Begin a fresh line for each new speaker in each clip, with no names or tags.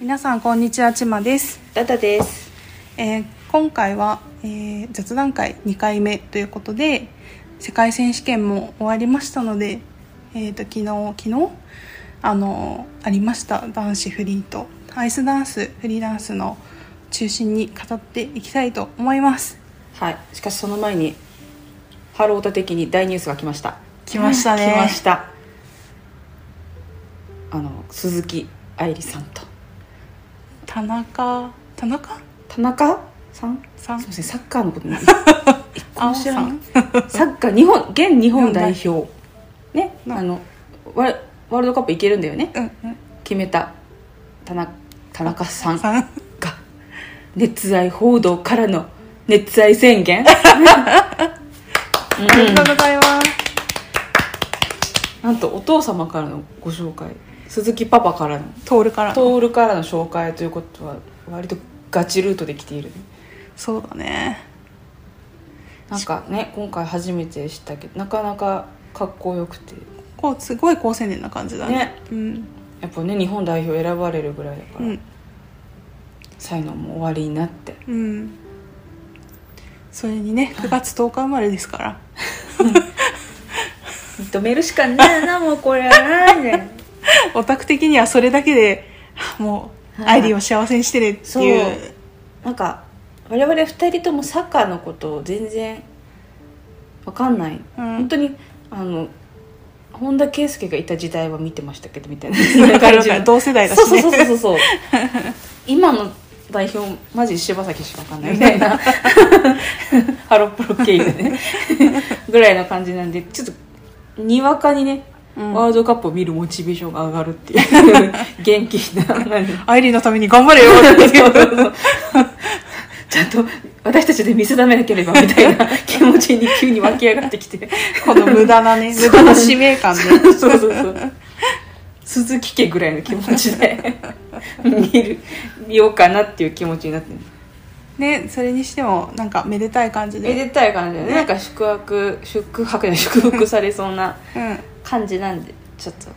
皆さんこんにちはちまです、
ダダです。
えー今回は、えー雑談会2回目ということで世界選手権も終わりましたので、えー、と昨日昨日あのありました男子フリーとアイスダンスフリーダンスの中心に語っていきたいと思います
はい。しかしその前にハロータ的に大ニュースが来ました。
来ましたね
来ました。あの鈴木愛理さんと
田中田中
田中さん。
さん
すみませんサッカーのことね。 一個
青
も知ら
さ
ない
ん。
サッカー日本現日本代
日
表ね
な
あのワワールドカップ行けるんだよね。
うんうん
決めた田中田中さんが
さん
熱愛報道からの熱愛宣 言。
ありがとうございます、
なんとお父様からのご紹介鈴木パパからの
トールから
トールからの紹介ということは割とガチルートで来ているね
そうだね
なんかね今回初めて知ったけどなかなかかっこよくて
こうすごい高青年な感じだね
ね
うん
やっぱね日本代表選ばれるぐらいだか
う
ら、
ん
才能も終わりになって
うんそれにね9月10日生まれですから
認めるしかねえなもうこれはないね
オタク的にはそれだけで あもう
は
ア
い
イリーを幸せにしてねって いう
なんか我々2人ともサッカーのことを全然わかんない、
うん
本当にあの本田圭佑がいた時代は見てましたけどみたいなそんな感じの
同世代だしね
そうそうそうそうそう 今の代表マジ柴崎しかわかんないみたいな ハロプロ経由 でねぐらいの感じなんでちょっとにわかにね、
うん
ワールドカップを見るモチベーションが上がるっていう元気な何
アイリーのために頑張れよ っていう
ちゃんと私たちで見定めなければみたいな 気持ちに急に湧き上がってきて
この無駄なね
そう
無駄な使命感で
そうそうそう鈴木家ぐらいの気持ちで見る見ようかなっていう気持ちになってる
ねそれにしてもなんかめでたい感じ
め
で
でたい感じだねなんか宿泊宿泊で祝福されそうな
う
感じなんでちょっと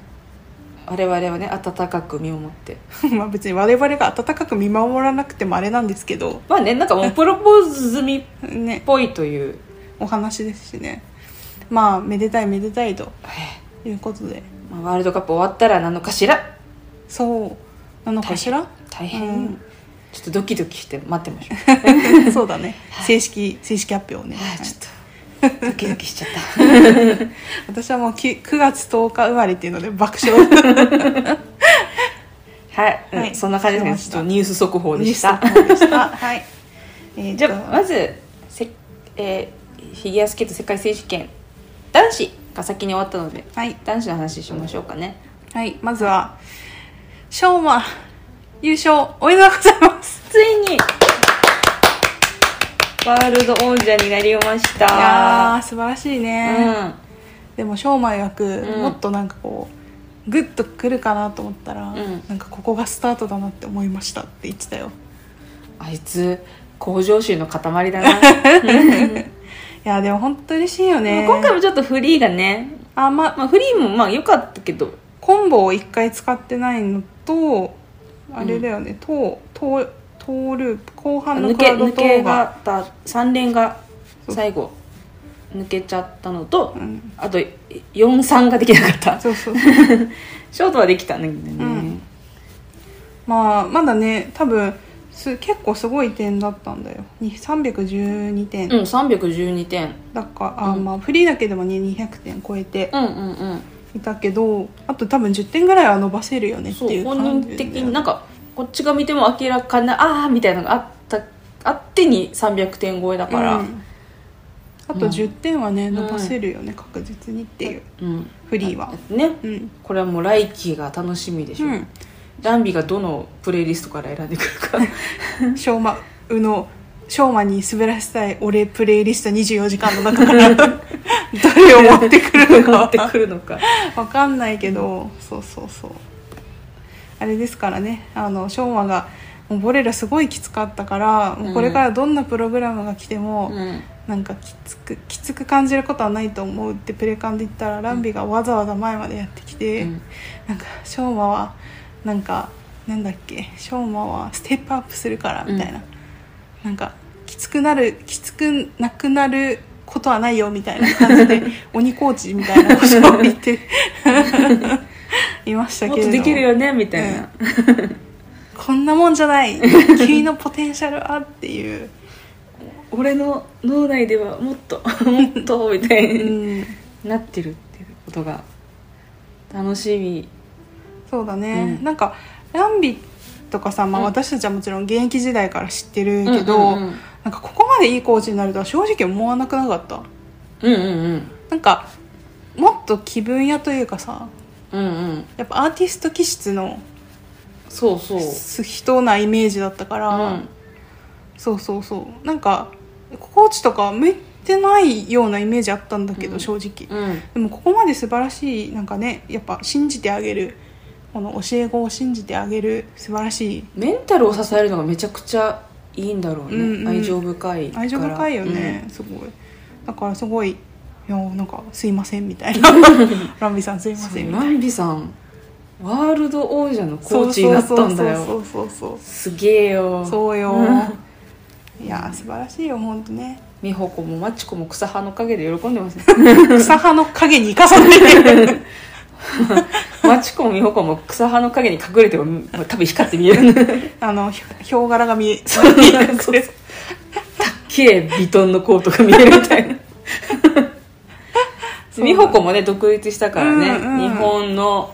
我々はね温かく見守って
ん まあ別に我々が温かく見守らなくてもあれなんですけど
まあねなんかもうプロポーズ済みっ
ね
ぽいという、
お話ですしねまあめでたいめでたいと
え
いうことで
ーまあ、ワールドカップ終わったらなのかしら
そうなのかしら
大変、
うん
ちょっとドキドキして待ってましょ う
そうだね正式正式発表をね、は
はい
い
ちょっとドキドキしちゃった
私はもうき 9, 月10日生まれっていうので爆笑
はい、うん
はい
そんな感じですね
しまし
ち
た
ょっとニュース速報で
で
し
したたで したはい、えー、
じゃあまずせ、えーフィギュアスケート世界選手権男子が先に終わったので
はい、
男子の話しましょうかね
はい、まずは昭和優勝おめでとうございます
ついにワールド王者になりまし
いや
た
ー素晴らしい
うん
ね、でも昭和曰く、
うん
もっとなんかこうグッとくるかなと思ったら、
うん
なんかここがスタートだなって思いましたって言ってたよ
あいつ向上心の塊 だな、
いやーでも本当嬉しいよね
今回もちょっとフリーがね、
あま
まあ、フリーもまあ良かったけど
コンボを1回使ってないのとあれだよね、トートートーループ後半の
抜
ク
け
ラウド
抜
ト
け
ーが
がた3連が
そう
最後抜けちゃったのと、
うん
あと43ができなかった
そうそう そう
ショートはできたんだけどね、
うんまあまだね多分す結構すごい点だったんだよに312点、
うん、312点
だから、あ
うん
まあフリーだけでもね200点超えて
うんうんうん
いたけどあと多分10点ぐらいは伸ばせるよねって
そう
いう
本
感
人
じ
的
だよ
に
ね
なんかこっちが見ても明らかなああみたいなのがあったあってに300点超えだから、う
うんんあと
うん
10点はね伸ばせるよね、確実にっていうフリーは
ね
うん、
これはもう来季が楽しみでしょ、
うん
ダンビがどのプレイリストから選んでくる か
しょうまうのしょうまに滑らせたい俺プレイリスト24時間の中から 誰を持ってくるの
持
か
ってくるのか
わかんないけど、そうそうそうあれですからねあのしょうまがもうボレラすごいきつかったからもうこれからどんなプログラムが来ても、
うん
なんかきつくきつく感じることはないと思うってプレカンで言ったらランビがわざわざ前までやってきて、
うん
なんかしょうまはなんかなんだっけしょうまはステップアップするからみたいな、なんかきつくなるきつくなくなることはないよみたいな感 じで鬼コーチみたいなことを言って いました
も
けれど
っと
も
できるよねみたいな、
こんなもんじゃない君のポテンシャルあっていう、
俺の脳内ではもっと もっとみたいに
うん、
なってるっていうことが楽しみ
そうだね、
うん
なんかランビとかさ、まあ、
うん
私たちはもちろん現役時代から知ってるけど、
うんうん
なんかここまでいいコーチになるとは正直思わなくなかった
うんうん
なんかもっと気分屋というかさ
うんうんうん
やっぱアーティスト気質の
そうそう
人なイメージだったから、
うん
そうそうそうなんかコーチとか向いてないようなイメージあったんだけど、
うん
正直
うん
でもここまで素晴らしいなんかねやっぱ信じてあげるこの教え子を信じてあげる素晴らしい
メンタルを支えるのがめちゃくちゃいいんだろう
う
ね、
んうん
愛情深いから
愛情深いよね、、すごいだからすごいいやなんかすいませんみた いなランビさんすい
うん
ま
そ
せん
う
み
ラ
たいな
ンビさんワールド王者のコーチになったんだよ
そうそうそうそう
すげえ
そう
よ
そうよ
うん
いや素晴らしいよ本当ね
美穂子もマチコも草葉の陰で喜んでますね
草葉の陰に生かされてる
マチコも美穂子も草葉の陰に隠れてもまあ多分光って見えるね
あのひょヒョウ柄が見え
そうそうそう綺麗ヴィトンのコートが見えるみたいな
そう
美穂子もね独立したからね、
うんうん
日本の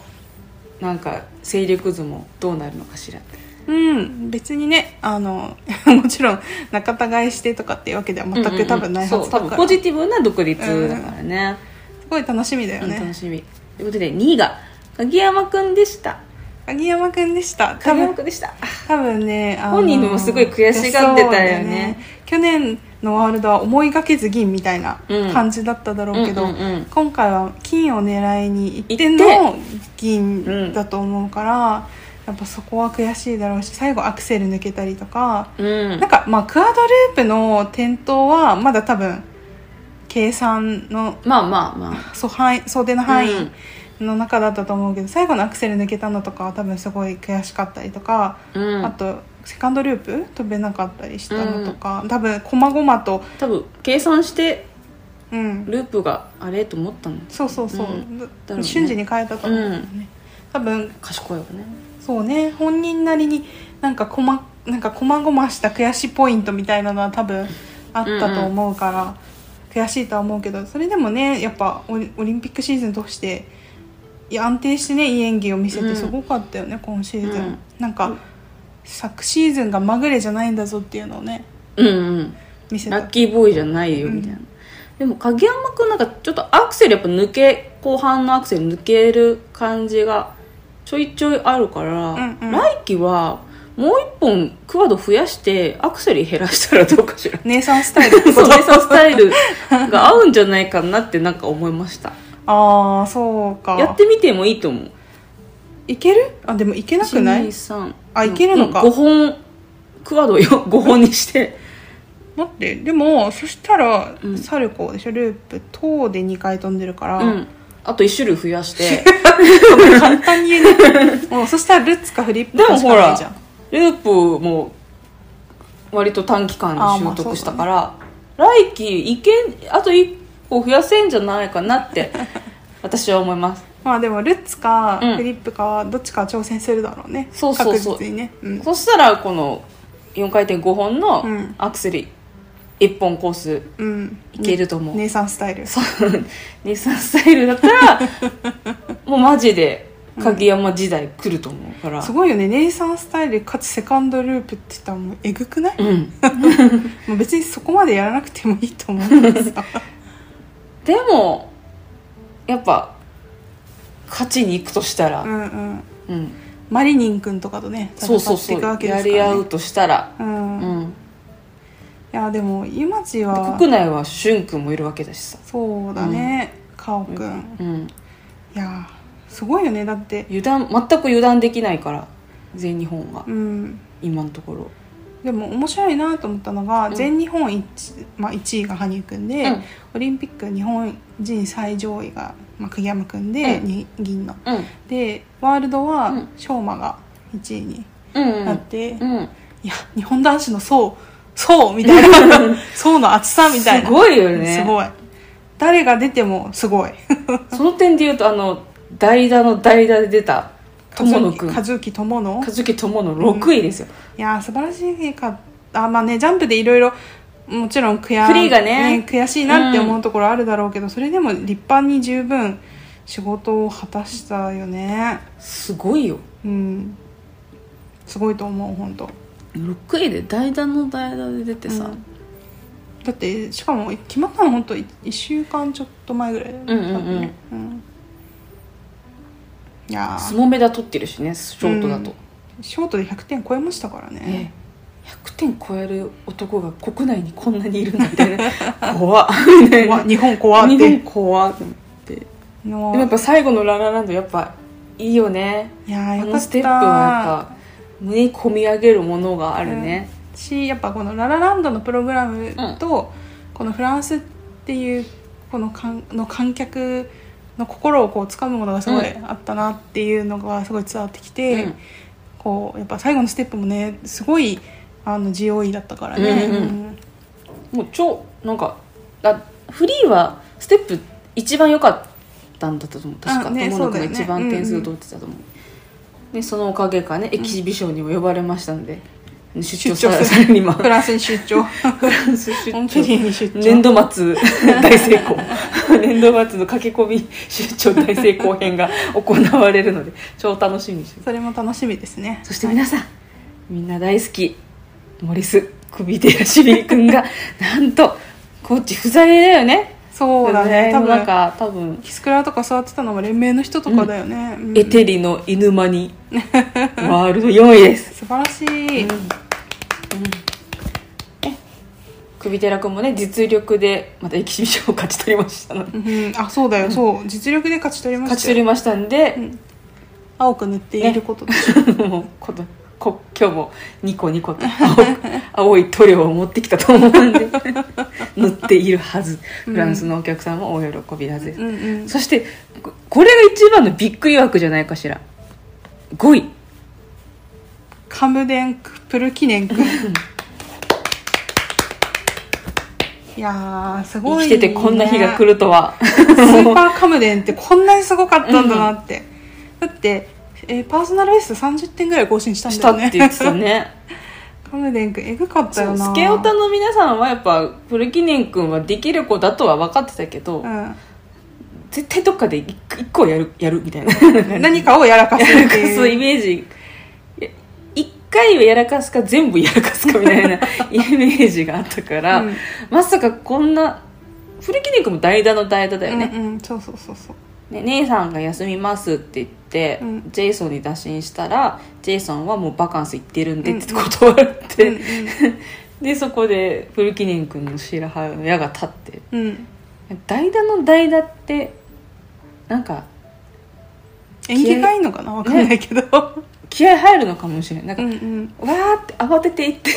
なんか勢力図もどうなるのかしらって
うん別にねあの もちろん仲違いしてとかっていうわけでは全
うんうんう
く
ん
多分ないは
そう
ず
多
だか
分
ら、
ポジティブな独立だからね、
すごい楽しみだよ
うん楽
ね、
しみということで2位が鍵山くんでした
鍵山くんでした多
鍵山
分
くんでした
多分ね、あの
本人もすごい悔しがってたよね
そうだ去年のワールドは思いがけず銀みたいな
うん
感じだっただろうけど、
うんうんうん
今回は金を狙いに行って
行
の銀だと思うから、やっぱそこは悔しいだろうし最後アクセル抜けたりとか
うん
なんかまあクアドループの転倒はまだ多分計算の
まあまあまあ
そう範囲想定の範
う
囲の中だったと思うけど、最後のアクセル抜けたのとかは多分すごい悔しかったりとか、
うん
あとセカンドループ飛べなかったりしたのとか、多分こまごまと、
多分計算して
うん、
ループがあれと思ったの
そうそうそう、
うん
だ
ろうね
瞬時に変えたと思うんだよね、多分
賢いよね
そうね本人なりになんかこまなんかこまごました悔しいポイントみたいなのは多分あったと思うから、悔しいとは思うけどそれでもねやっぱオリオリンピックシーズン通していや安定してねいい演技を見せ
う
て
ん
すごかったよね、今シーズン、
うん
なんか、昨シーズンがまぐれじゃないんだぞっていうのをね
うんうん
見せ
ラッ
た
キーボーイじゃないよみたいな、でも鍵山くんなんかちょっとアクセルやっぱ抜け後半のアクセル抜ける感じがちょいちょいあるから、
うんうん
来季はもう一本クワド増やしてアクセル減らしたらどう かしら
姉さんスタイルってこ
そう
と
ネサスタイルが合うんじゃないかなってなんか思いま した
ああそうか
やってみてもいいと思う
いけるあでもいけなくない
123
あいけるのか
5本クワドを5本にして
待ってでもそしたら、
うん
サルコーでしょループ等で2回飛んでるから、
うん、あと1種類増やして
簡単に言うね もうそしたらルッツかフリップ
で
か
も
し
ほ
かない
ら
じゃん
ループも割と短期間で習得したから、来季いけんあと1個増やせんじゃないかなって 私は思います
まあでもルッツか
うん
フリップかはどっちかは挑戦するだろうね、
そうそうそう
確実にね、うん、
そしたらこの4回転5本の
うん
アクセル1本コース
うん
いけると思う、
姉さんスタイル
そう 日産スタイルだったらもうマジで鍵山時代来ると思うから
すごいよね姉さんスタイルかつセカンドループって言ったらもうえぐくない、
うん
もう別にそこまでやらなくてもいいと思うん ですが
でもやっぱ勝ちに行くとしたら、
う
うん
んうんマリニン君とかとね
そうそうそ
戦っていくわ
う
けで
や
すから、ね、
り合うとしたら、
うん、
う
い
ん、
やでも今ちは
国内は駿君もいるわけだしさ、
そうだね、カオくん、
うん、
いやーすごいよねだって
油断全く油断できないから全日本が、
うん
今のところ、
でも面白いなと思ったのが、
うん
全日本 1,、まあ、1位が羽生くんで、
うん
オリンピック日本人最上位が、まあ、栗山くんで、
うん
に銀の
うん、
でワールド
う
は
ん
翔馬が1位に
うん
なって、い
うん
や日本男子の層層みたい な層の厚さみたいな
すごいよね
すごい誰が出てもすごい
その点で言うとあの代打の代打で出た 友野くん
和樹友野
和樹友野6位ですよ、
いやー素晴らしいかあまあねジャンプでいろいろもちろん悔
フリーがね
悔しいなって思うところあるだろうけど、それでも立派に十分仕事を果たしたよね
すごいよ
うんすごいと思う本当
6位で代打の代打で出てさ、
うんだってしかも決まったの本当1週間ちょっと前ぐらいだよね
うんうんうん
多分ねうんいやー
スモメダ取ってるしねショートだと、
ショートで100点超えましたからね
ね100点超える男が国内にこんなにいるんだみたい な怖っ
怖っ 日本怖って
日本怖っと思ってで
の
もやっぱ最後のララランドやっぱいいよね
いやー
あ
よか
の
った
ステップはやっぱ胸に込み上げるものがあるね、
しやっぱこの「ラ・ラ・ランド」のプログラムと、このフランスっていうこのかんの観客の心をこう掴むものがすごい
うん
あったなっていうのがすごい伝わってきて、
うん
こうやっぱ最後のステップもねすごいあの GOE だったからね、
うんうんもう超なんかあフリーはステップ一番良かったんだったと思う確か
あね
友野
そうだ
君が
よね
一番点数取ってたと思う、ね、そのおかげかねエキシビションにも呼ばれましたんで、出張
出
さ
張す
さ
る
らに今
フランスに出張
フランス出
本当
張
に出張
年 度末大成功年度末の駆け込み出張大成功編が行われるので超楽しみにしてます
それも楽しみですね
そして皆さん、みんな大好きモリス首寺シビ君 がなんとコーチ不在だよね
そうだね
多
多
分なん
分
か多分
キスクラとか座ってたのも連盟の人とかだよね、うん
エテリの犬間 にワールド4位です、
素晴らしい、
うんね首寺君もね実力でまたエキシビションを勝ち取りましたので
うん、あそうだよそう実力で勝ち取りましたよ
勝ち取りましたんで、
うん青く塗っていることでしょ、
もうこのこ今日もニコニコと青く青い塗料を持ってきたと思うんで塗っているはずフランスのお客さんも大喜びだぜ、
うんうん、
そしてここれが一番のびっくり枠じゃないかしら5位
カムデンプル記念くんいやーすご
生
い、
きててこんな日が来るとは、
スーパーカムデンってこんなにすごかったんだなって、だって、えーパーソナルベスト30点ぐらい更新したん
し
だよ
たっ
ね
て言ってたね
カムデンくんえぐかった
そ
よ
う
な
スケオタの皆さんはやっぱプルキネン君はできる子だとは分かってたけど、絶対どっかで一一個はやるやるみたいな
うん、何かをやらかすって
やらか す
い
イ
う
メージいや一回はやらかすか全部やらかすかみ たいなイメージがあったから、
うん
まさかこんな古木君も代打の代打だよね,、
うんうん、そうそうそうそう
ね姉さんが休みますって言って、
うん
ジェイソンに打診したらジェイソンはもうバカンス行ってるんでって断って、
うんうん
でそこで古木君の白羽の矢が立って
うん、
代打の代打ってなんか
縁起がいいのかなわかんないけど、
気合入るのかもしれないなんか
うんうん
わーって慌てていって、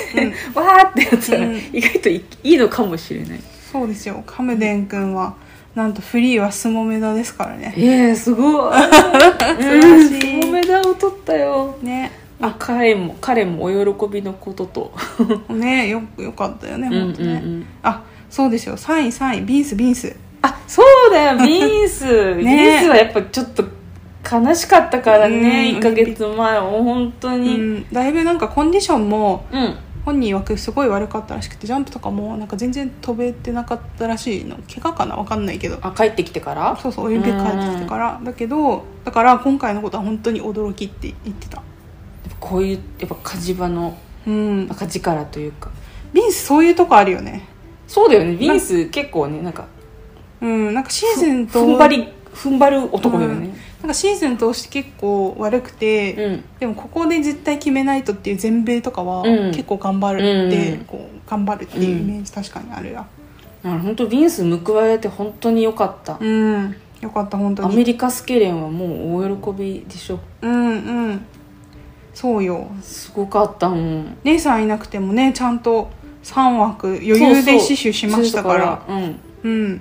わーってやったら
うん
意外とい,、いのかもしれない
そうですよカムデン君はなんとフリーはスモメダですからね
ええすごい素
晴らしい
おめだを取ったよ
ね
あ彼も彼もお喜びのことと
ねよよかったよね
うんう
本
ん
当
う
ね、
ん
あそうですよ3位3位ビンスビンス
あそうだ よビーンス、ビーンスはやっぱちょっと悲しかったからね、
うん
1ヶ月前本当
う
にうん、
んだいぶなんかコンディションも本人曰くすごい悪かったらしくてジャンプとかもなんか全然飛べてなかったらしいの怪我かなわかんないけど
あ帰ってきてから
そうそうオリンピック帰ってきてからだけどだから今回のことは本当に驚きって言ってた
こういうやっぱ火事場の
うん
赤力というか
ビンスそういうとこあるよね
そうだよねビーンス結構ねなんか
うんなんかシーズンと
踏ん張り踏ん張る男だよね、
なんかシーズン通して結構悪くて、
うん
でもここで絶対決めないとっていう全米とかは
うん
結構頑張るって、
うん
こう頑張るっていうイメージ確かにあるや
だから本当ビンス報われて本当に良かった、
うん、よかった本当
アメ
に
リカスケレンはもう大喜びでしょ
うんうんそうよ
すごかったもん
姉さんいなくてもねちゃんと3枠余裕で死守しましたから
そうそううん
うん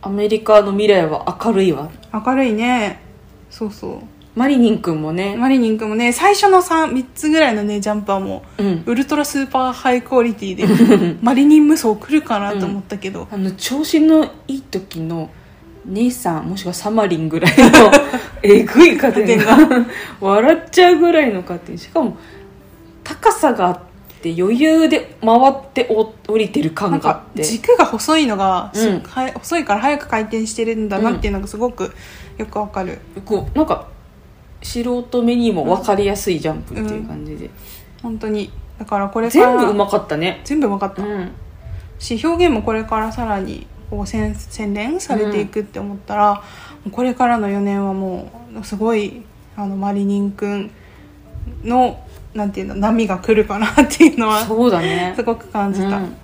アメリカの未来は明るいわ
明るいねそうそう
マリニン君もね、
マリニン君もね最初の 3, 3つぐらいのねジャンパーも
うん、
ウルトラスーパーハイクオリティでマリニン無双来るかなと思ったけど、
あの調子のいい時の姉さんもしくはサマリンぐらいのえぐい加点が 笑っちゃうぐらいの加点しかも高さがあって余裕で回ってお降りてる
な
感
ん
があ
か
って
軸が細いのが、す
うん
は細いから早く回転してるんだなっていうのがすごくよくわかる、
こうなんか素人目にも分かりやすいジャンプっていう感じで、
本当にだからこれから
全部うまかったね
全部分かっ
う
た、
ん
し表現もこれからさらにこう洗洗練されていくって思ったら、もうこれからの4年はもうすごいあのマリニンくんのなんていうの波が来るかなっていうのは
そうだね
すごく感じた、
うん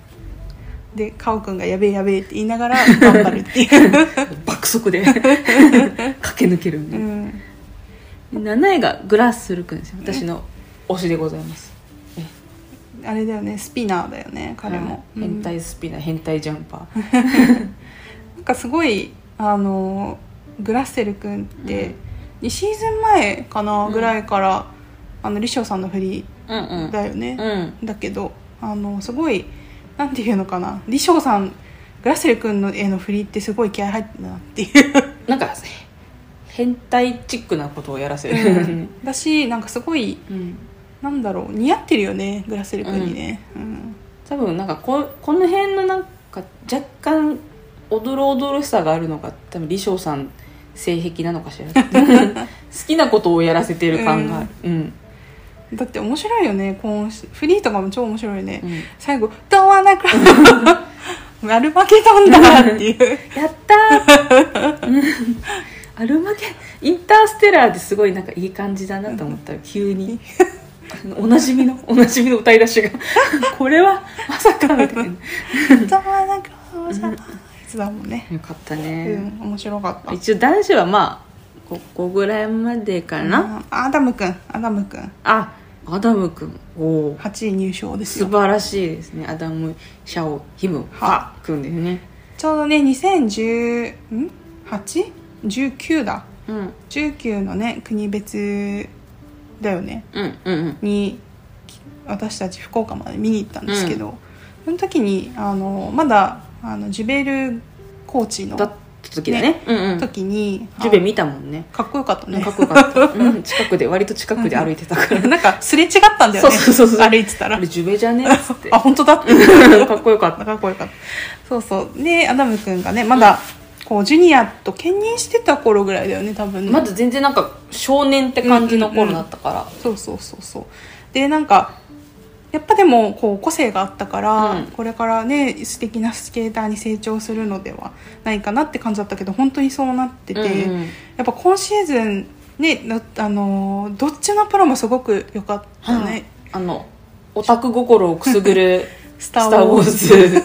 でカオくんが「やべえやべえ」って言いなが ら頑張るっていう、
爆速 で駆け抜けるん
う
で、
ん、
7位がグラスルくんですよ私の推しでございます
あれだよねスピナーだよね彼も、
うん
うん
変態スピナー変態ジャンパー
なんかすごいあのグラッセル君って、2シーズン前かな
うん
ぐらいから、あのリショウさんの振り
うんうん
だよね、
うん
だけどあのすごいなんていうのかなリショウさんグラッセル君の絵の振りってすごい気合入ってるなっていう
なんか変態チックなことをやらせる
だしなんかすごい
うん
なんだろう似合ってるよねグラッセル君にね、うん
多分なんかここの辺のなんか若干おどろおどろしさがあるのが多分李翔さん性癖なのかし ら好きなことをやらせてる感があるうん、
だって面白いよねこうフリーとかも超面白いよね、
うん
最後「ドア ナクラ」アルマゲドンだなっていう
やったーうんアルマゲインターステラーですごいなんかいい感じだなと思ったら急にあのおなじみのおなじみの歌い出しがこれはまさかみたいな
ざわなんかじゃないつだもんね。
よかった
う
ね、
ん、面白かった。
一応男子はまあここぐらいまでかな、
うんアダムくん、アダムくん、
あアダム君おお
8位入賞です
素
よ。
晴らしいですねアダム・シャオ・ヒム・ハ君ですね
ちょうどね、2010ん 8?19 だ。
うん
19のね、国別だよね。
うんうんうん
にき私たち福岡まで見に行ったんですけど、その時にあのまだあのジュベルコーチの
だった時だね
ね
うんうんジ
時に、
ュベ見たもんね
あかっこよかったね
かっこよかった、うん、近くで割と近くで歩いてたから、
なんかすれ違ったんだよね
そうそうそうそう
歩いてた
あ
ら
れジュベじゃねっつっ て
あ本当だって
かっこよかっ
かっこよかったそうそうでアダム君がねまだこうジュニアと兼任してた頃ぐらいだよね多分
た
ね
まだ全然なんか少年って感じの頃だったから、
そうそうそうそうでなんかやっぱでもこう個性があったから、
うん
これからね素敵なスケーターに成長するのではないかなって感じだったけど本当にそうなってて、
うんうん
やっぱ今シーズンねなあのーどっちのプロもすごく良かったね、
はいあのオタク心をくすぐる
ス
スタ
タ
ー・
ー・
ウ
ウォ
ォー
ー
ズ
ズ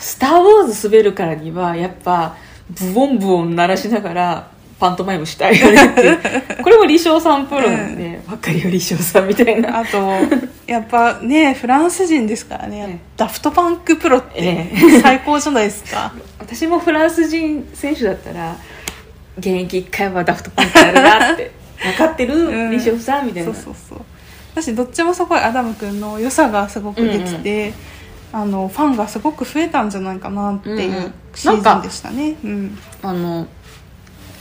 スター・ウォーズ滑るからにはやっぱブオンブオン鳴らしながらパントマイムしたいよねっていうこれも李承さんプロなんで、ばっかりよ李承さんみたいな、
あとやっぱねフランス人ですからね、
ええ
ダフトパンクプロって
え
最高じゃないですか、
私もフランス人選手だったら現役1回はダフトパンクやるなって 分かってる
ん
李承、さんみたい
そ
な
うそうそう私どっちもすごいアダム君の良さがすごく出てて、あのファンがすごく増えたんじゃないかなってい
んう
うんうシーズンでしたね、うん
あの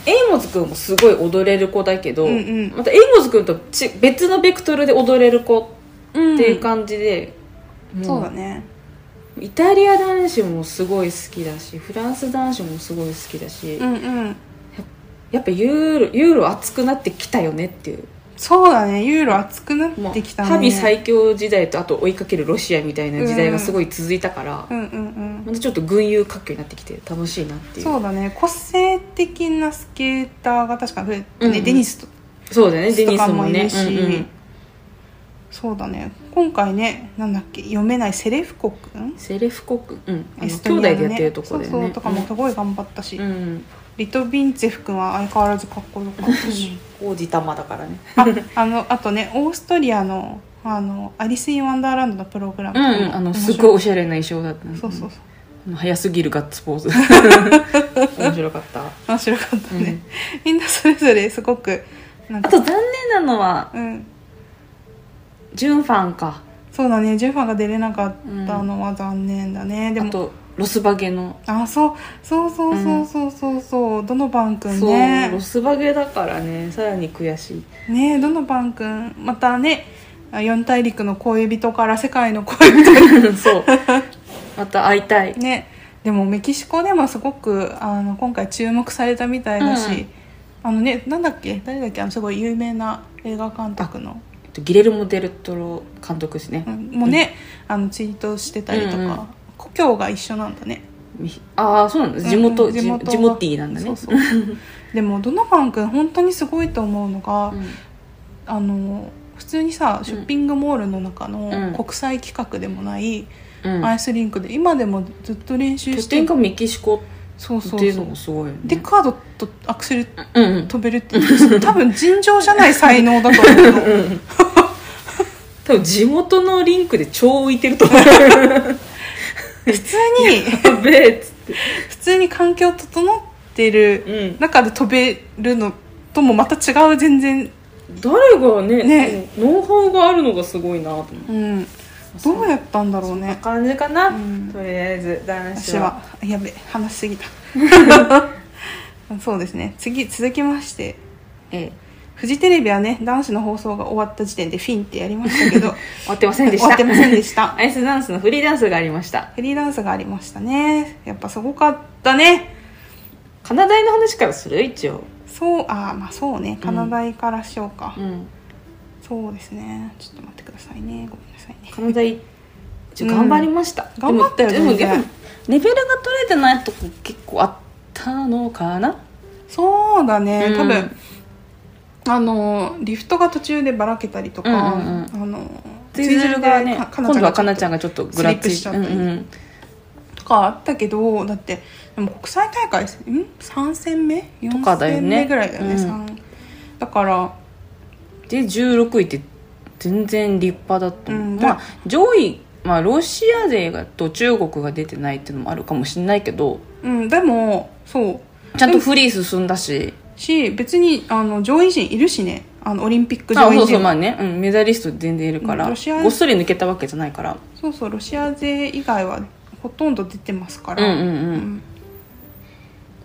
エイモズ君もすごい踊れる子だけど、
うんうん
またエイモズ君とち別のベクトルで踊れる子っていう感じで、も
そうだね
イタリア男子もすごい好きだしフランス男子もすごい好きだし、
うんうん
やっぱユーロユーロ熱くなってきたよねっていう
そうだねユーロ熱くな
も
っ
う
てきたね
旅最強時代とあと追いかけるロシアみたいな時代がすごい続いたから、
うんうんうん
またちょっと群雄割拠になってきて楽しいなっていう
そうだね個性的なスケーターが確か増えて、
うんうん
デニスと
そうだねデニスもね
ストカンもいるし
うんうん
そうだね今回ねなんだっけ読めないセレフコ君
セレフコ君、うん、あ
エ
の兄
スト
弟
ニ
で
ア
や
のね
ってるとこでね
そうそうとかもすごい頑張ったし、
うんうん
リトビンツェフ君は相変わらずかっこよかった し
王子玉だからね
ああのあとねオーストリアのあのアリス・イン・ワンダーランドのプログラム
う
も
ん、あの
面
す
白
ごいおしゃれな衣装だった
そうそうそう
うん早すぎるガッツポー ズ面白かった
面白かったね、
うん
みんなそれぞれすごくなんか
あと残念なのは
うん
ジュンファンか
そうだねジェファーが出れなかった
うん
のは残念だね、で
あ
も
とロスバゲの、
あそうそうそうそうそうそうそうどのバン君ね
そうロスバゲだからねさらに 悔しい
ねえどのバン君またねあ四大陸の恋人から世界の恋 人
そうまた会いたい
ねでもメキシコでもすごくあの今回注目されたみたいだし、
うん
あのねなんだっけ誰だっけあのすごい有名な映画監督の、
えっとギレルモ・デルトロ監督ですね
う、ん、もね、あのツイートしてたりとか、
うんうん
故郷が一緒なんだね
ああそうなんです地元、
うん
地
地元
元地元ティーなんだね
そうそうでもドノファン君本当にすごいと思うのが、
う
あの普通にさショッピングモールの中
うん
の国際規格でもない
んうん
アイスリンクで、今でもずっと練習
拠
して
点がメキシコ
そうそう
っていう
そ
の
う
もすごいよね
でカードとアクセル
うんうん
飛べるっていう多分尋常じゃない才能だと思うの
多分地元のリンクで超浮いてると思う
普通に
やべえっつって
普通に環境整ってる
うん
中で飛べるのともまた違う全然
誰がね
ね
ノウハウがあるのがすごいなと思って
うんどうやったんだろうね
感じかな、
うん
とりあえず男子
私
は
はやべ話しすぎたそうですね次続きまして
ええ
フジテレビはね男子の放送が終わった時点でフィンってやりました けど
終わってませんで
終
した
わってませんでした
アイスダンスのフリーダンスがありました
フリーダンスがありましたねやっぱすごかったね
カナダイの話からする一応
そうあーまあそうねカナダイからしようか、
うん
そうですねちょっと待ってくださいねごめんなさいね
カナダイちょ頑張りました、
うん頑張ったよ
でも
全
で
然
もでもレベルが取れてないとこ結構あったのかな
そうだね、
うん
多分あのリフトが途中でばらけたりとか、
うんうん
あの
ツイズルがね
か
今度はかなちゃ
ん
んがちょっとグラつ
スリップしち
い
ゃ
う
っ
ん
た
う
り
ん
とかあったけどだってでも国際大会ん3戦目
とか
4
だよ
戦
ね
目ぐらいだよね
うん
三だから
で16位って全然立派だと思う、
うん
まあ上位まあロシア勢がと中国が出てないっていうのもあるかもしれないけど
うんでもそう
ちゃんとフリー進んだし
し別にあの上位陣いるしねあのオリンピック
あ
上位
そうそう
陣
まあね、うん、メダリスト全然いるから
うん
ご
ロシア
っそり抜けたわけじゃないから
そうそうロシア勢以外はほとんど出てますか
うん
ら、
うんうん、
うん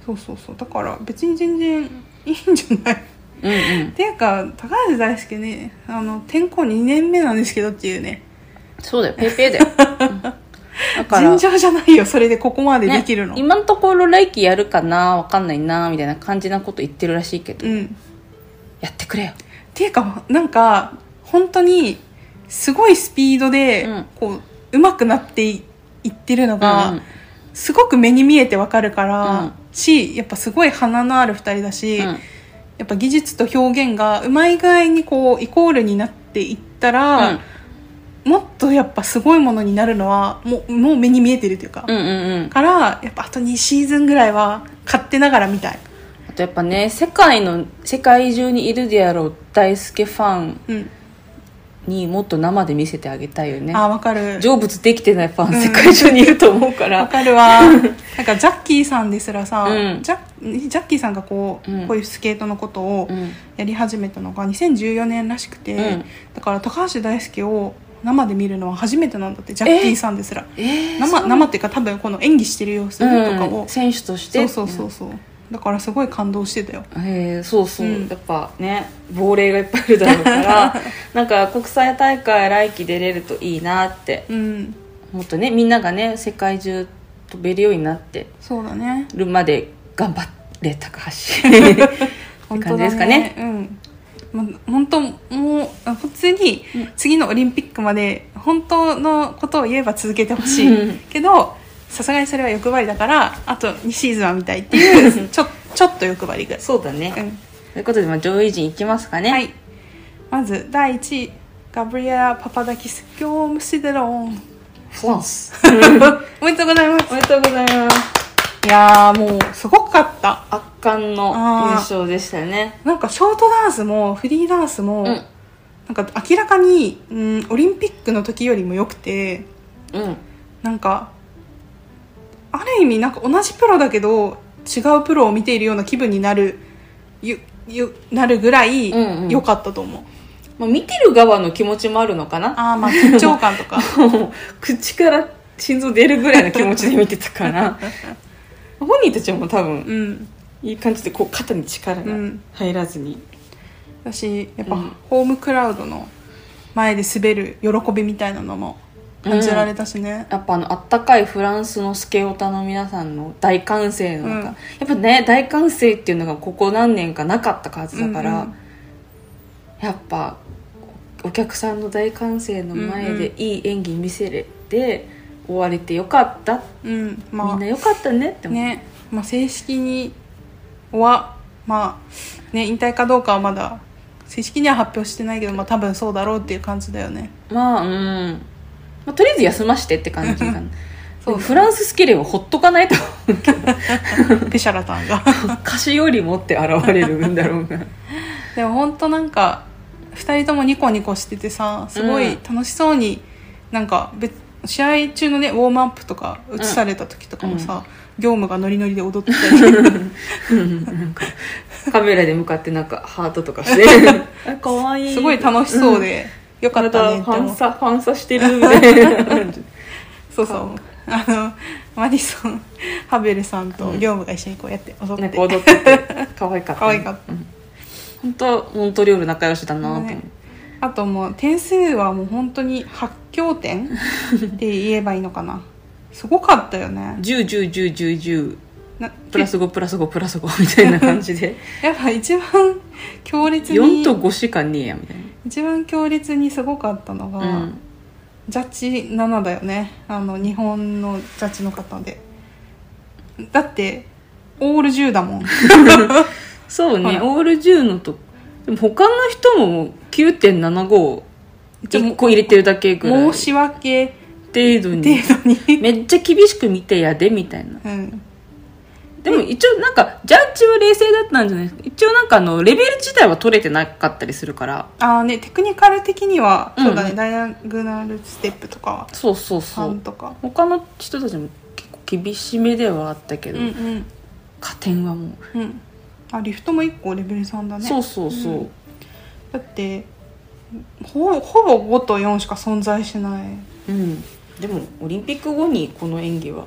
そうそうそうだから別に全然いいんじゃない っ
うんうん
ていうか高橋大輔ねあの転校2年目なんですけどっていうね
そうだよペイペ イだよ、うんだから
尋常じゃないよそれでここまでできるの、
ね、今のところ来季やるかなわかんないなみたいな感じなこと言ってるらしいけど、
うん
やってくれよ
っていうかなんか本当にすごいスピードで、
うん
こう上手くなっていいってるのが、
うんうん
すごく目に見えてわかるから、
うん
しやっぱすごい花のある二人だし、
うん
やっぱ技術と表現がうまい具合にこうイコールになっていったら、もっとやっぱすごいものになるのはもうもう目に見えてるというか、
うんうんうん
からやっぱあと2シーズンぐらいは勝手ながら見たい。
あとやっぱね世界の世界中にいるであろう大輔ファン
うん、
にもっと生で見せてあげたいよね
あわかる
成仏できてないファン、世界中にいると思うか
わ
ら
かる わなんかジャッキーさんですらさ、
うん
ジャジャッキーさんがこう,、
うん
こういうスケートのことを
うん
やり始めたのが2014年らしくて、
うん
だから高橋大輔を生で見るのは初めてなんだってジャッキーさんですら、
えー
生生っていうか多分この演技してる様子とかを、
うん、選手として
そうそうそうそうだからすごい感動してたよ
えーそうそう、
うん
やっぱね亡霊がいっぱいいるだろうから なんか国際大会来季出れるといいなって
うん
もっとねみんながね世界中飛べるようになって
そうだね
るまで頑張れ高 橋
本
感
当
じですかね
だねうんま本当もうあ普通に次のオリンピックまで本当のことを言えば続けてほし
うん
いけどさすがにそれは欲張りだからあと2シーズンは見たいっていう ちょちょっと欲張りぐらい、
そうだね、
うん
ということで、まあ、上位陣いきますかね、
はいまず第1位ガブリエラ・パパダキス・ギョーム・シデロン
フランス
おめでとうございます
おめでとうございます
いやーもうすごかった
圧巻の優勝でしたね
なんかショートダンスもフリーダンスも、
うん
なんか明らかに、うん、オリンピックの時よりも良くて
うん
なんかある意味なんか同じプロだけど違うプロを見ているような気分になるゆよなるぐらい
うんうん
良かったと思う、
まあ、見てる側の気持ちもあるのかな
ああま あ緊張感とか
もう 口から心臓出るぐらいの気持ちで見てたから 本人たちも多分
うん
いい感じでこう肩に力が入らずに、
私やっぱ、
うん
ホームクラウドの前で滑る喜びみたいなのも感じられたしね、
やっぱあのあったかいフランスのスケオタの皆さんの大歓声の中、
うん
やっぱね大歓声っていうのがここ何年かなかった数だから、
うんうん
やっぱお客さんの大歓声の前でいい演技見せれて、終われてよかった、
うんま
みんなよかったねって
あ
思う、
ね、まあ、正式にはまあね引退かどうかはまだ正式には発表してないけど、まあ、多分そうだろうっていう感じだよ ね
まあうん、まあ、とりあえず休ましてって感じかな
そう
フランススケレはほっとかないと思うけど
ペシャラさん が
歌詞よりもって現れるんだろうな
でも本当なんか2人ともニコニコしててさすごい楽しそうに、なんか別試合中のねウォームアップとか映された時とかもさ、業務がノリノリで踊ってたり
うんなんかカメラで向かってなんかハートと かしてかわい
すごい楽しそうで、よかったねって
ファ
思
ン
う
サファンサして るみたいな
そうそうあのマディソンハベルさんと業務が一緒にこうやって踊
な
っ
ん
て、
か踊ってて 可愛かった、
可愛かった
うん本当モントリオール仲良しだなって思う、
ねあともう点数はもう本当に発狂 点って言えばいいのかなすごかったよね
10、10、10、10、10
な
プラス5、プラス5、プラス5みたいな感じ で
やっぱ一番強烈
4
に
と5しかねえやみたい
一番強烈にすごかったのが、
な、うん
ジャッジ7だよねあの日本のジャッジの方でだってオール10だも ん
そう
ほ
ね
ら
オール10のとでも他の人ももう9.75
ちょ
1個入れてるだけぐらい
申
程
し訳
度
程
に
度に
めっちゃ厳しく見てやでみたいな
うん、
でも一応なんかジャッジは冷静だったんじゃないですか一応なんかあのレベル自体は取れてなかったりするから
ああねテクニカル的には、
うん
そうだねダイアグナルステップとかは
そうそうそう
3とか
他の人たちも結構厳しめではあった
う
けど、
んうん
加点はもう、
うんあリフトも1個レベル3だね
そうそうそう、
うんだってほほぼ5と4しか存在しない
うん、でもオリンピック後にこの演技は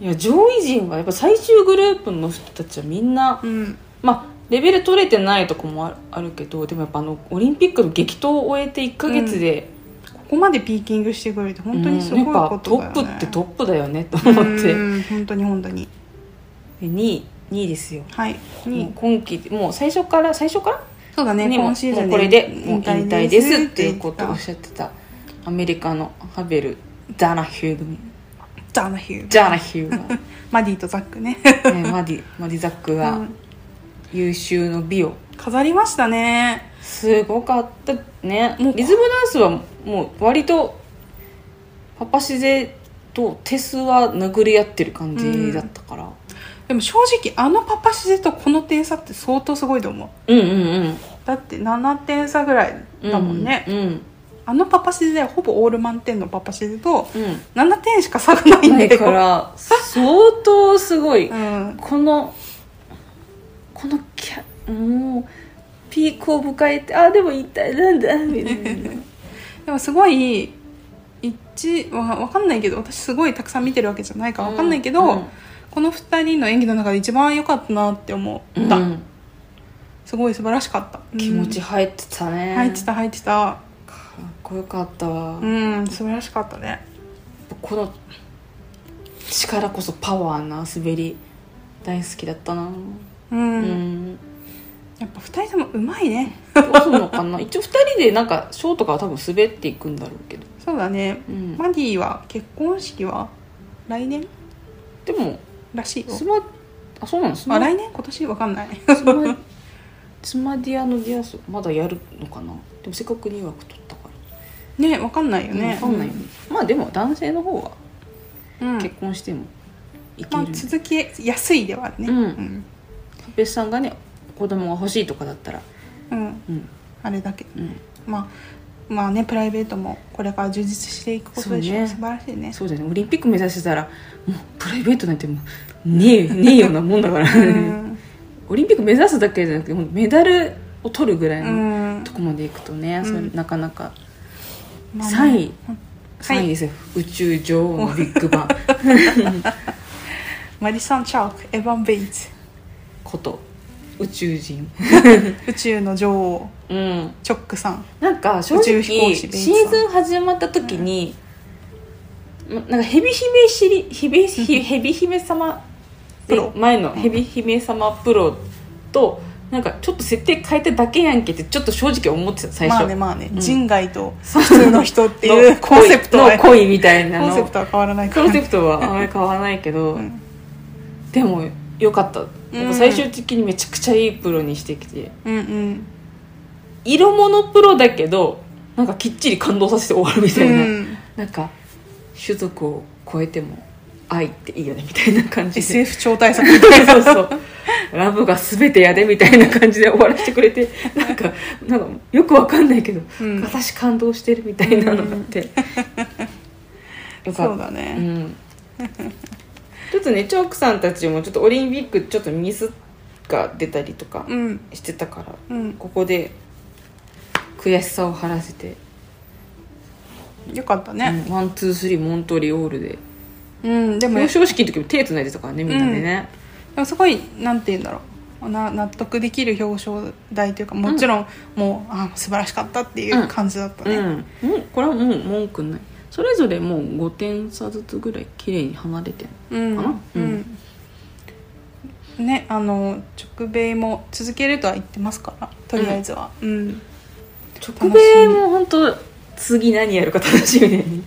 いや上位陣はやっぱ最終グループの人たちはみんな、
うん
まあレベル取れてないとこもあるあるけどでもやっぱあのオリンピックの激闘を終えて1か月で、
ここまでピーキングしてくれて本当にすごい
うんやっ
こ
ぱ
と
ト
だよね、
ップってトップだよねと思って、
うん本当に本当に
2位2位ですよ、
はい
もう今季もう最初から最初から
そうだね
もう
今シーズ
も
ン
うこれでもう引
引退
退
で
ですすっ
ってて
い
言っ
うことをお
た
っしゃってたアメリカのハベルダーナ・ヒュー組
ジャーナヒュー
ジャーナ・ヒューが、
マディとザックね、
ねマディマディザック
う
が
ん
優秀の美を
飾りましたね
すごかったね
もう
リズムダンスはもう割とパパシゼとテスは殴り合ってる感じだったから、
でも正直あのパパシゼとこの点差って相当すごいと思う
うん、うんうん
だって7点差ぐらい
うん
だもんね、
うん
あのパパシゼはほぼオール満点のパパシゼと
うん
7点しか差がないんだ
だ
よ
から相当すごい、
うん
このこのキャもうピークを迎えてあでも一体なんだみたいな
でもすごい一わわかんないけど私すごいたくさん見てるわけじゃないからわかんないけど、
うんうん
この2人の演技の中で一番良かったなって思った、
うん
すごい素晴らしかった
気持ち
うん
入ってたね
入ってた入ってた
かっこよかったわ、
うん素晴らしかったね
この力こそパワーな滑り大好きだったな
うん、
うん
やっぱ2人ともうまいね
どうすんの かな一応2人でなんかショーとかは多分滑っていくんだろうけど、
そうだね
うん
マディは結婚式は来年
でも
らしいよ
スマあそうなのスマ
あ来年今年わかんない
スマスマディアのディアスまだやるのかなでもせっかく2枠取ったか
ねわかんないよ
ら
ね
分かんないよね、まあでも男性の方は
うん
結婚してもいけ
ま
る、
あ、続きやすいではあるね
うん
うん
別さんがね子供が欲しいとかだったら
うん
うん
あれだけど
うん
まあまあねプライベートもこれから充実していくことでしょ
そううね
素晴らしいね
そうだよねオリンピック 目指してたらもうプライベートなんてもうねえねえようなもんだから、
うん
オリンピック目指すだけじゃなくてほんとメダルを取るぐらいうの
ん
とこまでいくとね、
ん
それなかなか
まあ
3位、
はい
3位ですよ宇宙女王のビッグバン
マリサン・チャークエヴァン・ベイツ
こと宇宙人
宇宙の女王
うん
チョックさん
なんか正
宇宙
直
飛行
シ
士
ー
ベンチさん
ズン始まった時に、まなんかヘビ姫しり ヘビひヘビ姫様
プロ
前のヘビ姫様プロとなんかちょっと設定変えただけやんけってちょっと正直思ってた最
ま
初、
あねまあね、
うん
人外と普通の人ってい
の
うコンセプトは
恋の恋みたいな
コ
の
ンセプトは変わらないか
コ
ら
ンセプトはあまり変わらないけど、
うん
でもよかったやっ
うん
ぱ最終的にめちゃくちゃいいプロにしてきて
うんうん
色物プロだけどなんかきっちり感動させて終わるみたいな、
うん
なんか種族を超えても愛っていいよねみたいな感じで
SF 超大作
そうそうラブが全てやでみたいな感じで終わらせてくれてなんかなんかよくわかんないけど、
うん
私感動してるみたいなのがあ って、よか
そ
っ
う
た
だ
う
ね、
んちょっとねチョークさんたちもちょっとオリンピックちょっとミスが出たりとか
うん
してたから、
うん、
ここで悔しさを晴らせて、
よかったね、
ワンツースリーモントリオールで
うん、でも
表彰式の時も手つないでたからねみんなでね、
でもすごいなんて言うんだろうな納得できる表彰台というかもちろん、もうあ素晴らしかったっていう感じだった
うん
ね、
もうこれはもう文句ないそれぞれもう5点差ずつぐらい綺麗に離れてる
うん
かな
うんねあの直米も続けるとは言ってますからとりあえずは、うん
直米も本当次何やるか楽しみだよね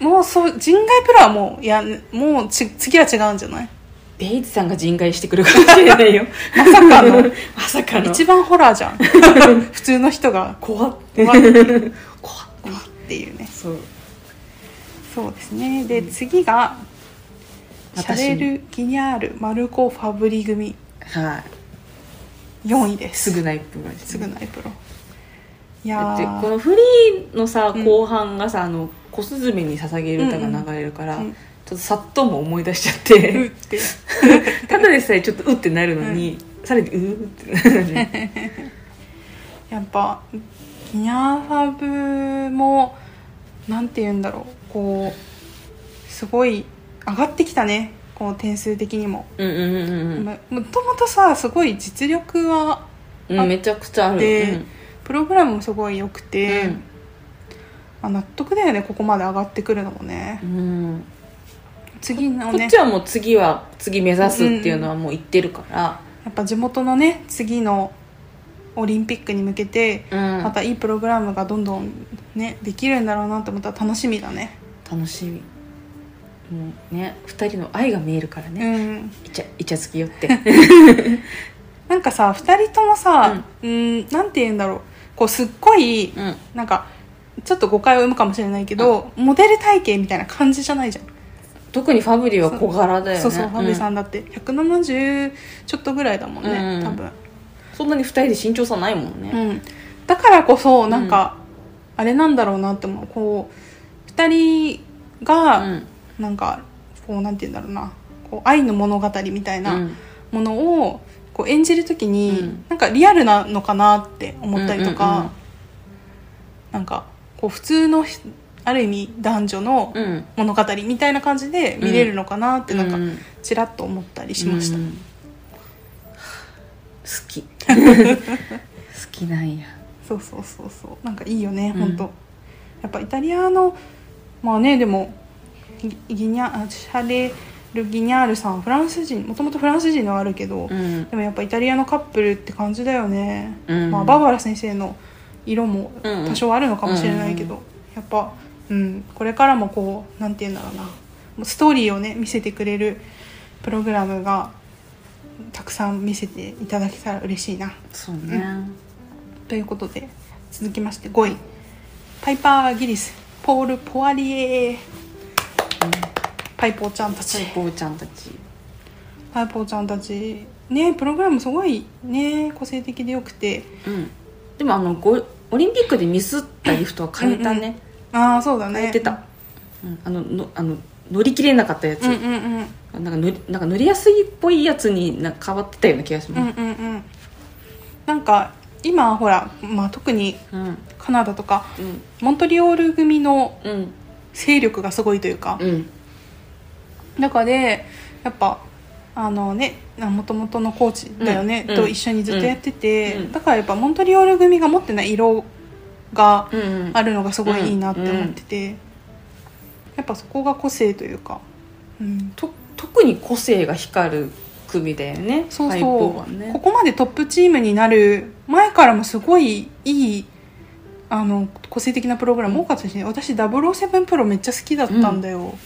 もうそう人外プロはもういやもうち次は違うんじゃない
ベイツさんが人外してくるかもしれないよ
まさかの
まさかの
一番ホラーじ ゃん普通の人が
怖っ
怖いっ
怖って
いうね
そう
そうですねで次がシャ
私
レル・ギニャールマルコ・ファブリ組
はい
4位です
すぐナイプがですす
ぐ
ね
ないプロい
だ
や
って
ー
このフリーのさ
うん
後半がさ、あの小雀に捧げる歌が流れるから、
うんうん
ちょっとさっとも思い出しちゃって、
うって
ただでさえちょっとうってなるのに、さらにうーってなる ね
やっぱギニャーファブもなんて言うんだろうこうすごい上がってきたねこう点数的にも、
うんうんうんうん
まもともとさすごい実力は
うんうんめちゃくちゃある
でプログラムもすごい良く
うん
て、まあ、納得だよねここまで上がってくるのもね
うんうん
次の
こ
ね
っちはもう次は次目指すっていうのはもう言ってるから、
やっぱ地元のね次のオリンピックに向けて
うん
またいいプログラムがどんどんねできるんだろうなと思ったら楽しみだね
楽しみもうね2人の愛が見えるからね、
うん
イチャイチャつきよって
なんかさ2人ともさうんなんて言うんだろうこうすっごい
うん
なんかちょっと誤解を生むかもしれないけど、モデル体型みたいな感じじゃないじゃん、
特にファブリーは小柄だよね
そうそうファビさ
うん
だって170ちょっとぐらいだもんね、
うん
多分、
んそんなに2人で身長差ないもんね、
うん、だからこそなんか、あれなんだろうなって思うこう2人が、
うん
なんかこうなんて言うんだろうなこう愛の物語みたいなものをこう演じるときに、
うん
なんかリアルなのかなって思ったりとか、
うんうんうん
なんかこう普通のひある意味男女の
うんうん
物語みたいな感じで見れるのかなってなん
う
かちらっと思ったりしました、
うん好 き好きなんや
そうそうそうそうなんかいいよね、
うん
ほんとやっぱイタリアのまあねでもギギニャあシャレル・ギニャールさんはフランス人もともとフランス人ではあるけど、
うん
でもやっぱイタリアのカップルって感じだよね、
うん
まあ、バーバラ先生の色も
うんうん
多少あるのかもしれないけど、やっぱ、うん、これからもこうなんて言うんだろうなもうストーリーをね見せてくれるプログラムがたくさん見せていただけたら嬉しいな
そうね
ということで続きまして5位パイパー・ギリスポール・ポワリエ、パイポーちゃんたち
最高ちゃんたち
パイポーちゃんたちねプログラムすごいね個性的でよくて
うんでもあのごオリンピックでミスったリフトは変えた
うんうん
ね
ああそうだね
変えてたうんあののあの乗り切れなかったやつ
うんうんうん
なんか塗りなんか塗りやすいっぽいやつになんか変わってたような気が
う
し
んうん
ます、
うんなんか今ほら、まあ、特に
うんうん
カナダとか
うん
モントリオール組の
うん
勢力がすごいというか、中でやっぱあのねもともとのコーチだよね、
うん
と一緒にずっとやってて、
うん
だからやっぱモントリオール組が持ってない色が
うん
あるのがすごいいいなって思ってて、やっぱそこが個性というか、うん、
と特に個性が光る組だよね
そう
ファイブ
そ
ワ
う、
ンね
ここまでトップチームになる前からもすごいいいあの個性的なプログラム多かったし、ね、私007プロめっちゃ好きだったんだよ、
衣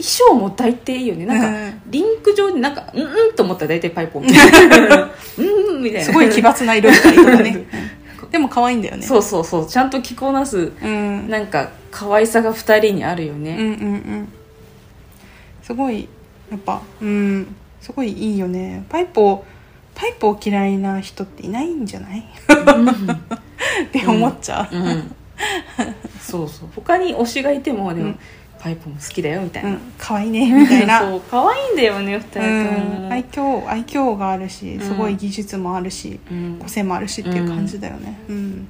装も大抵いいよねなんか、
うん
リンク上になんかうんうんと思ったら大体 パイポンみたいなうんうんみたいな
すごい奇
ね、
抜な色使いとかね うんでも可愛いんだよね
そうそうそうちゃんと着こなす
うん、
なんか可愛さが二人にあるよ
うん
ね、
うんうんすごいやっぱうんすごいいいよねパイポパイポを嫌いな人っていないんじゃない って思っちゃう、
うんそうそう他に推しがいてもでも、
うん
パイポン好きだよみたいな、
うん、可愛いねみたいな
そう可愛いんだよね二人
う
とも、
ん、愛嬌愛嬌があるしすご
う
い
ん
技術もあるし、
うん
個性もあるしっていう感じだよねうん、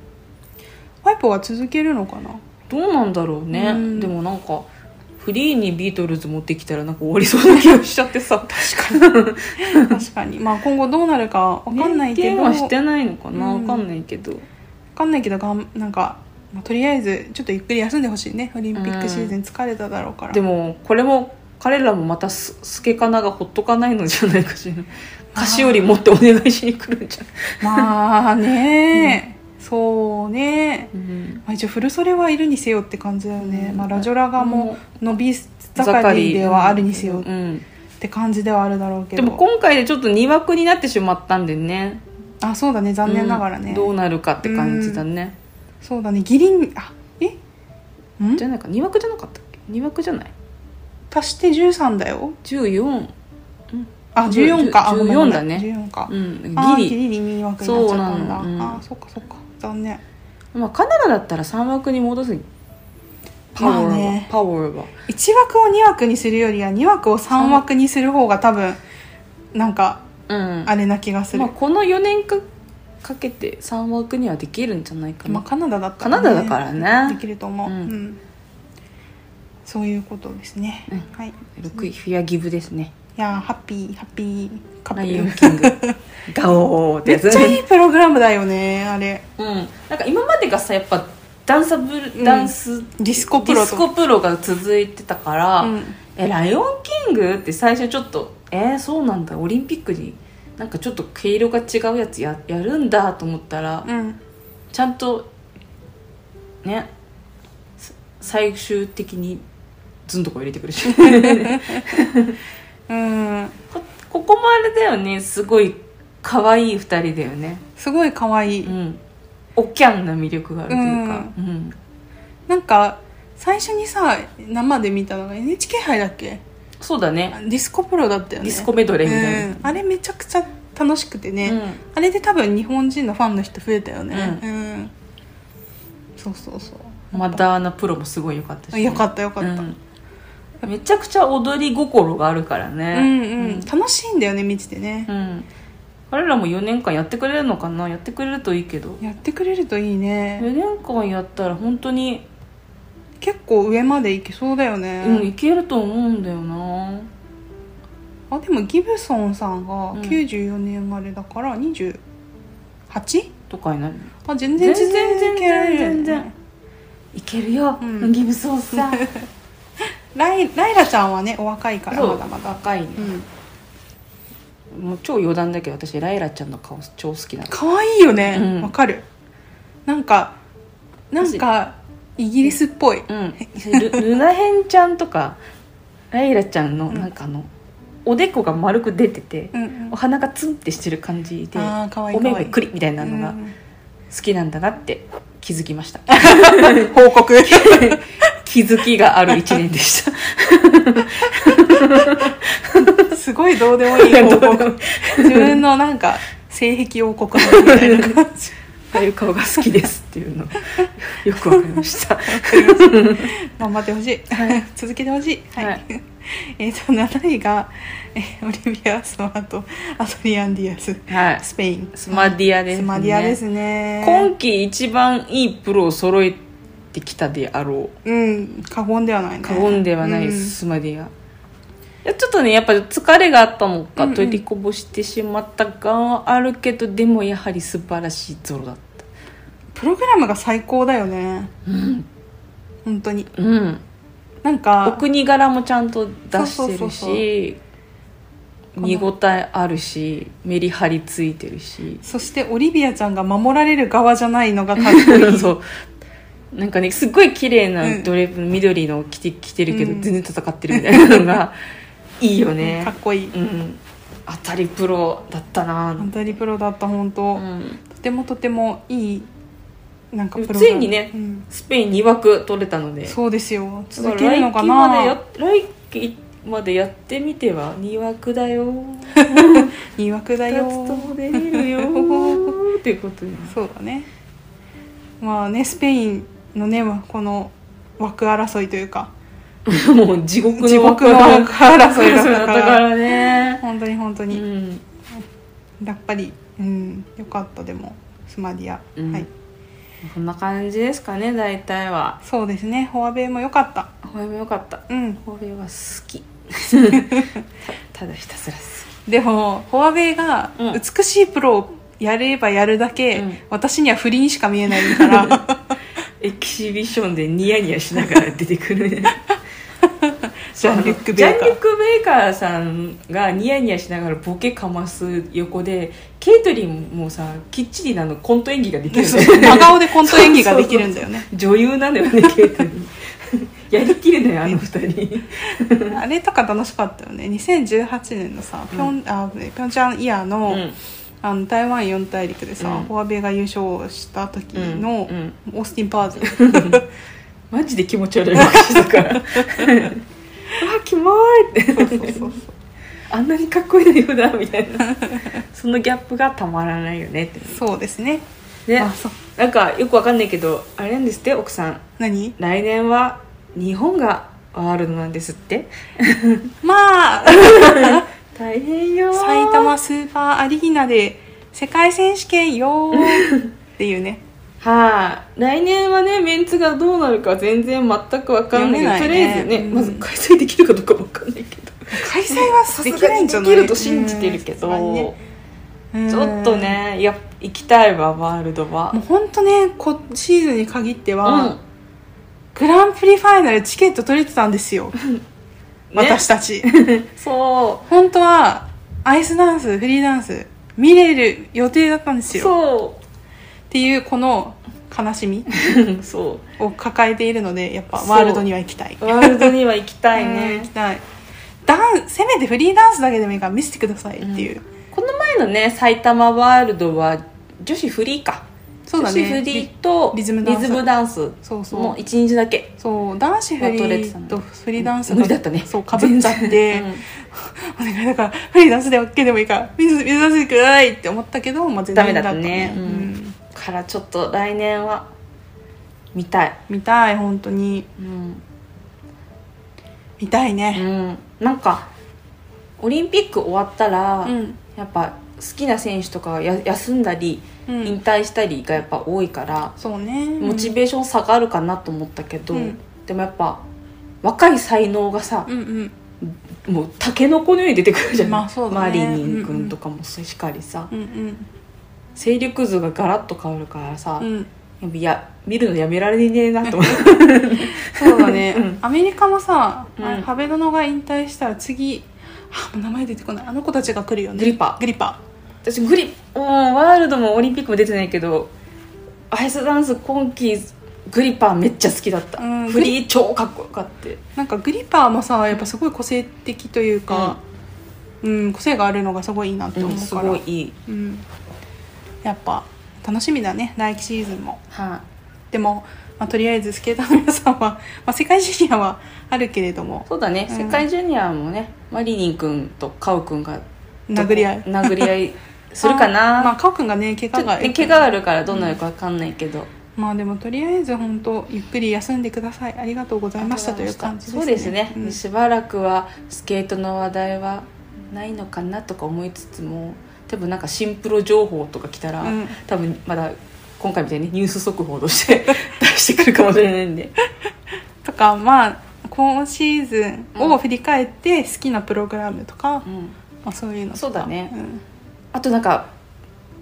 ワイポは続けるの かな
どうなんだろうね、
うん
でもなんかフリーにビートルズ持ってきたらなんか終わりそうな気がしちゃってさ確かに
確かにまあ今後どうなるか分かんないけど
は
わ
してないのかな、わ
うん
かんないけど
かんないけどがんなんか、まあ、とりあえずちょっとゆっくり休んでほしいねオリンピックシーズン疲れただろうから、
でもこれも彼らもまたすすけかながほっとかないのじゃないかしら菓子より持ってお願いしに来るんじゃない、
まあね、そうね、まあ、一応フルソレはいるにせよって感じだよね、
うん
まあ、ラジョラがもう伸び
ザカ
盛り
リー
ではあるにせ
う
よ
ん、
って感じではあるだろうけ
で
ど
も今回でちょっと2枠になってしまったんでね
あそうだね残念ながらね、
うんどうなるかって感じだね、
そうだねギリンあえん
じゃないか2枠じゃなかったっけ2枠じゃない
足して13だよ
14
あ14かあ
14
ごめんごめん
だね
14か、
うん
あー
ギ
ギ
リ
リに枠になっちゃったんだ、
そうなのうん
あーそっかそっか残念
まあカナダだったら3枠に戻すパワーは、
まあね
パワーは
1枠を2枠にするよりは2枠を3枠にする方が多分なんか
うん
あれな気がする、
まあ、この4年かかけて3枠にはできるんじゃないかな、
まあカナダだった
カナダだからね
できると思う、
う
うんんそういうことですね、
うん
はいい
6位フィアギブですね
やーハッピーハッピーカ
ラ
ッ
イオン
プ
キングガオーって
め
や
っ
つ
ちゃいいプログラムだよねあれ
うん、なんか今までがさやっぱダンサブルダンス、
ディスコプロ
ディ
と
スコプロが続いてたから、
うん
えライオンキングって最初ちょっとえー、そうなんだオリンピックになんかちょっと毛色が違うやつややるんだと思ったら、
うん
ちゃんとねさ最終的にズンとこ入れてく るし
うん
こここもあれだよねすごい可愛い2人だよね
すごい可愛い、
うんおキャンな魅力があるというか、うん
なんか最初にさ生で見たのが NHK 杯だっけ
そうだね
あディスコプロだったよね
ディスコメドレーみたいな
うんあれめちゃくちゃ楽しくてね、あれで多分日本人のファンの人増えたよねうん、そうそうそう
うんマダーナプロもすごい良かったしね、
よかったよかった、
うんめちゃくちゃ踊り心があるからね
うんうん、楽しいんだよね見ててね
う、ん彼らも4年間やってくれるのかなやってくれるといいけど
やってくれるといいね、
4年間やったら本当に
結構上まで行けそうだよね、
うん、いけると思うんだよな
あでもギブソンさんが
うん
94年生まれだから 28?、
とかになる
あ全然
全然
全然いけるよね
全然いけるよ、
うん
ギブソンさん
ライライラちゃんはねお若いから
そ
ま
う
だまだ
若いね、
うん
もう超余談だけど私ライラちゃんの顔超好きなの
可愛いよね
うん
わ、かるなんかなんかイギリスっぽい、
うんル ルナヘンちゃんとかライラちゃんのなんかあの、おでこが丸く出てて、
うんうん
お鼻がツンってしてる感じで
あーかわいい
お目
かわ
め
いい
くりみたいなのが
うん
好きなんだなって気づき ました、
報告
気づきがある一年でした
すごいどうでもいい報
どうでも
告自分のなんか性癖王国みたいな感じ
ああいう顔が好きですって いうのをよくわかりました。
頑張ってほしい、続けてほしいはい、
はい
えっと7位が、えーオリビア・スマートアドリアン・ディアス
はい
スペイン
スマディアですね
スマディアですね
今季一番いいプロを揃えてきたであろう
うん過言ではないね
過言ではない、
うん
スマディアいやちょっとねやっぱ疲れがあったのか
うんうん
取りこぼしてしまった感はあるけど、でもやはり素晴らしいゾロだった
プログラムが最高だよね
うん、
本当に
うん、
なんか
お国柄もちゃんと出
そう
し
そうそう
てる
そう
し
この
見応えあるしメリハリついてるし
そしてオリビアちゃんが守られる側じゃないのがかっこいい
そうなんかねすっごい綺麗
うん
なドレープ、緑の着て着てるけど、
うん
全然戦ってるみたいなの がいいよ
かっ
ね
こいい
うん当たりプロだったな、
本当にプロだった本当、
うん
とてもとてもいいなんかプログラム
ついにね
うん
スペイン2枠取れたので
そうですよ
だか
続
ら
けるのかな
来季までや来季までやってみては2枠だよ
二枠だ
2
よ
つとも出れる よーっていうことで
そうだねまあねスペインのねこの枠争いというか
もう地獄の
地獄の枠争いだ
だ
っ
っ
た
た
か
かららね。
本当に本当
う
に、
ん。
やっぱりうんよかったでもスマディア、
うん
はい
こんな感じですかね、大体は。
そうですねフォアベイも良かった
これも良かった。
うん
これは好 き。たただひたすら好
でもフォアベイが
うん
美しいプロをやればやるだけ、
うん
私には不倫しか見えないから
き。エキシビションでニヤニヤしながら出てく るね。
ジャンリュック・
ジ
ベ
ャ
イ
ン
カ
リュッ
ー
ク・ベイカーさんがニヤニヤしながらボケかます横でケイトリンもさきっちりなのコント演技ができるんだ よね
真顔でコント演技ができるんだよね
女優なのよねケイトリン やりきるのよあの二人
あれとか楽しかったよね2018年のさピョン、あピョンチャンイヤーの,、
うん
あの台湾四大陸でさ、
うん
フォアベイが優勝した時の、
うんうん
オースティン・パーズ
マジで気持ち悪い話したから あキモいっ
そ
て
うそうそう
あんなにかっこいいのよだみたいなそのギャップがたまらないよねって
そうそうですね
ね
あそう
なんかよくわかんないけどあれなんですって奥さん
何
来年は日本がワールドなんですって
まあ
大変よー
埼玉スーパーアリーナで世界選手権よーっていうね
はい、来年はねメンツがどうなるか全然全くわかんないけど
読めないね
とりあえずね、
うん
まず開催できるかどうかわかんないけど
開催は さす
でき
がないんじゃない
できると信じてるけど、
うん
ちょっとねいや行きたいわワールドは
もう本当ねこシーズンに限っては、
うん
グランプリファイナルチケット取れてたんです よ、私たち
そ
本当はアイスダンスフリーダンス見れる予定だったんで
う
すよ
そ
っていうこの悲し み
うそ
を抱えているのでやっぱ
そう
ワールドには行きたいう
ワールドには行きたい
うん行
ね
き、たいダンせめてフリーダンスだけでもいいから見せてくださいっていう、
この前のね埼玉ワールドは女子フリーか
そうだ
女子
ね
フリーと
リリズムダンス
リズムダンス
そうそう
もう一日だけ
そう男子フリ
まあ取れてた
ー
の
とフリーダンスが
無理だったね
そうかぶっちゃっ
う
て、
ん
お願いだからフリーダンスで OK でもいいから水水出してくださいって思ったけど、まあ、全
ダ
然
メだった
ダ
ね
メだったねうん
からちょっと来年は見たい
見たい本当に
うん、
見たいね
なんかオリンピック終わったら、
うん
やっぱ好きな選手とかがや休んだり、
うん
引退したりがやっぱ多いから、
そうね
モチベーション下がるかなと思ったけど、
うん
でもやっぱ若い才能がさ
う、んうん
もうタケノコのように出てくるじゃん、
まあそうだね
マリニン君とかもしっかりさ、
うん
勢力図がガラッと変わるからさ、
うんうん
やっぱや見るのやめられねえなと思って
そうだね、
うん
アメリカもさ、
うん
あれハベノノが引退したら次あもう名前出てこないあの子たちが来るよね
グリパ
グリパ
私グリもうワールドもオリンピックも出てないけどアイスダンス今季グリパーめっちゃ好きだった、
うん
フリー超かっこよかった
なんかグリパもさやっぱすごい個性的というか、うん個性があるのがすごいいいなって思う
す
から、
ごいいい、
うんやっぱ楽しみだね来季シーズンも
は
でも、まあ、とりあえずスケーターの皆さんは、 まあ、世界ジュニアはあるけれども
い、そうだね、
うん
世界ジュニアもねマリニン君とカウ君が
殴り合い
殴り合いするかな
あーまあカオくんがね怪
ちょ
我
っと
が
ね怪我があるからどうなるかわかんないけど、
うまあでもとりあえず本当ゆっくり休んでくださいありがとうございましたという感じですね
そうですね、
うん
しばらくはスケートの話題はないのかなとか思いつつも多分なんか新プロ情報とか来たら、
うん
多分まだ今回みたいにニュース速報として 出してくるかもしれないんで
とかまあ今シーズンを振り返って好きなプログラムとか、
うん
まあ、そういうのとか
そうだね
ん
あとなんか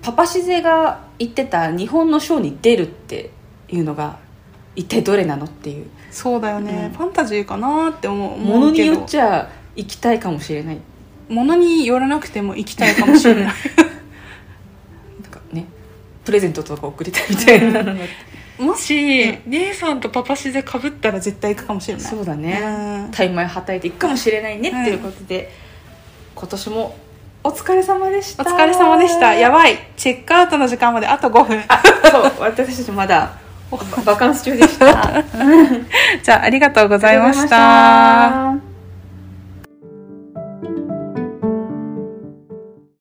パパシゼが言ってた日本のショーに出るっていうのが一体どれなのっていう
そうだよね、
うん
ファンタジーかなって思う
も
思
の
う
に
けど
よっちゃ行きたいかもしれない
ものによらなくても行きたいかもしれない
なんかねプレゼントとか送りたいみたいなのが
もし、姉さんとパパシでかぶったら絶対行くかもしれない
そうだ
う
ね
ん
タイマーはたいていくかもしれないねっていうことで、今年もお疲れ様でし
お
た
疲れ様でしたや
ば
ばいチェックアウトの時間まであと5分
あそう私たちま だ バカンス中でしたありがとう
じゃあありがとうご
ご
ざいました。
ざいました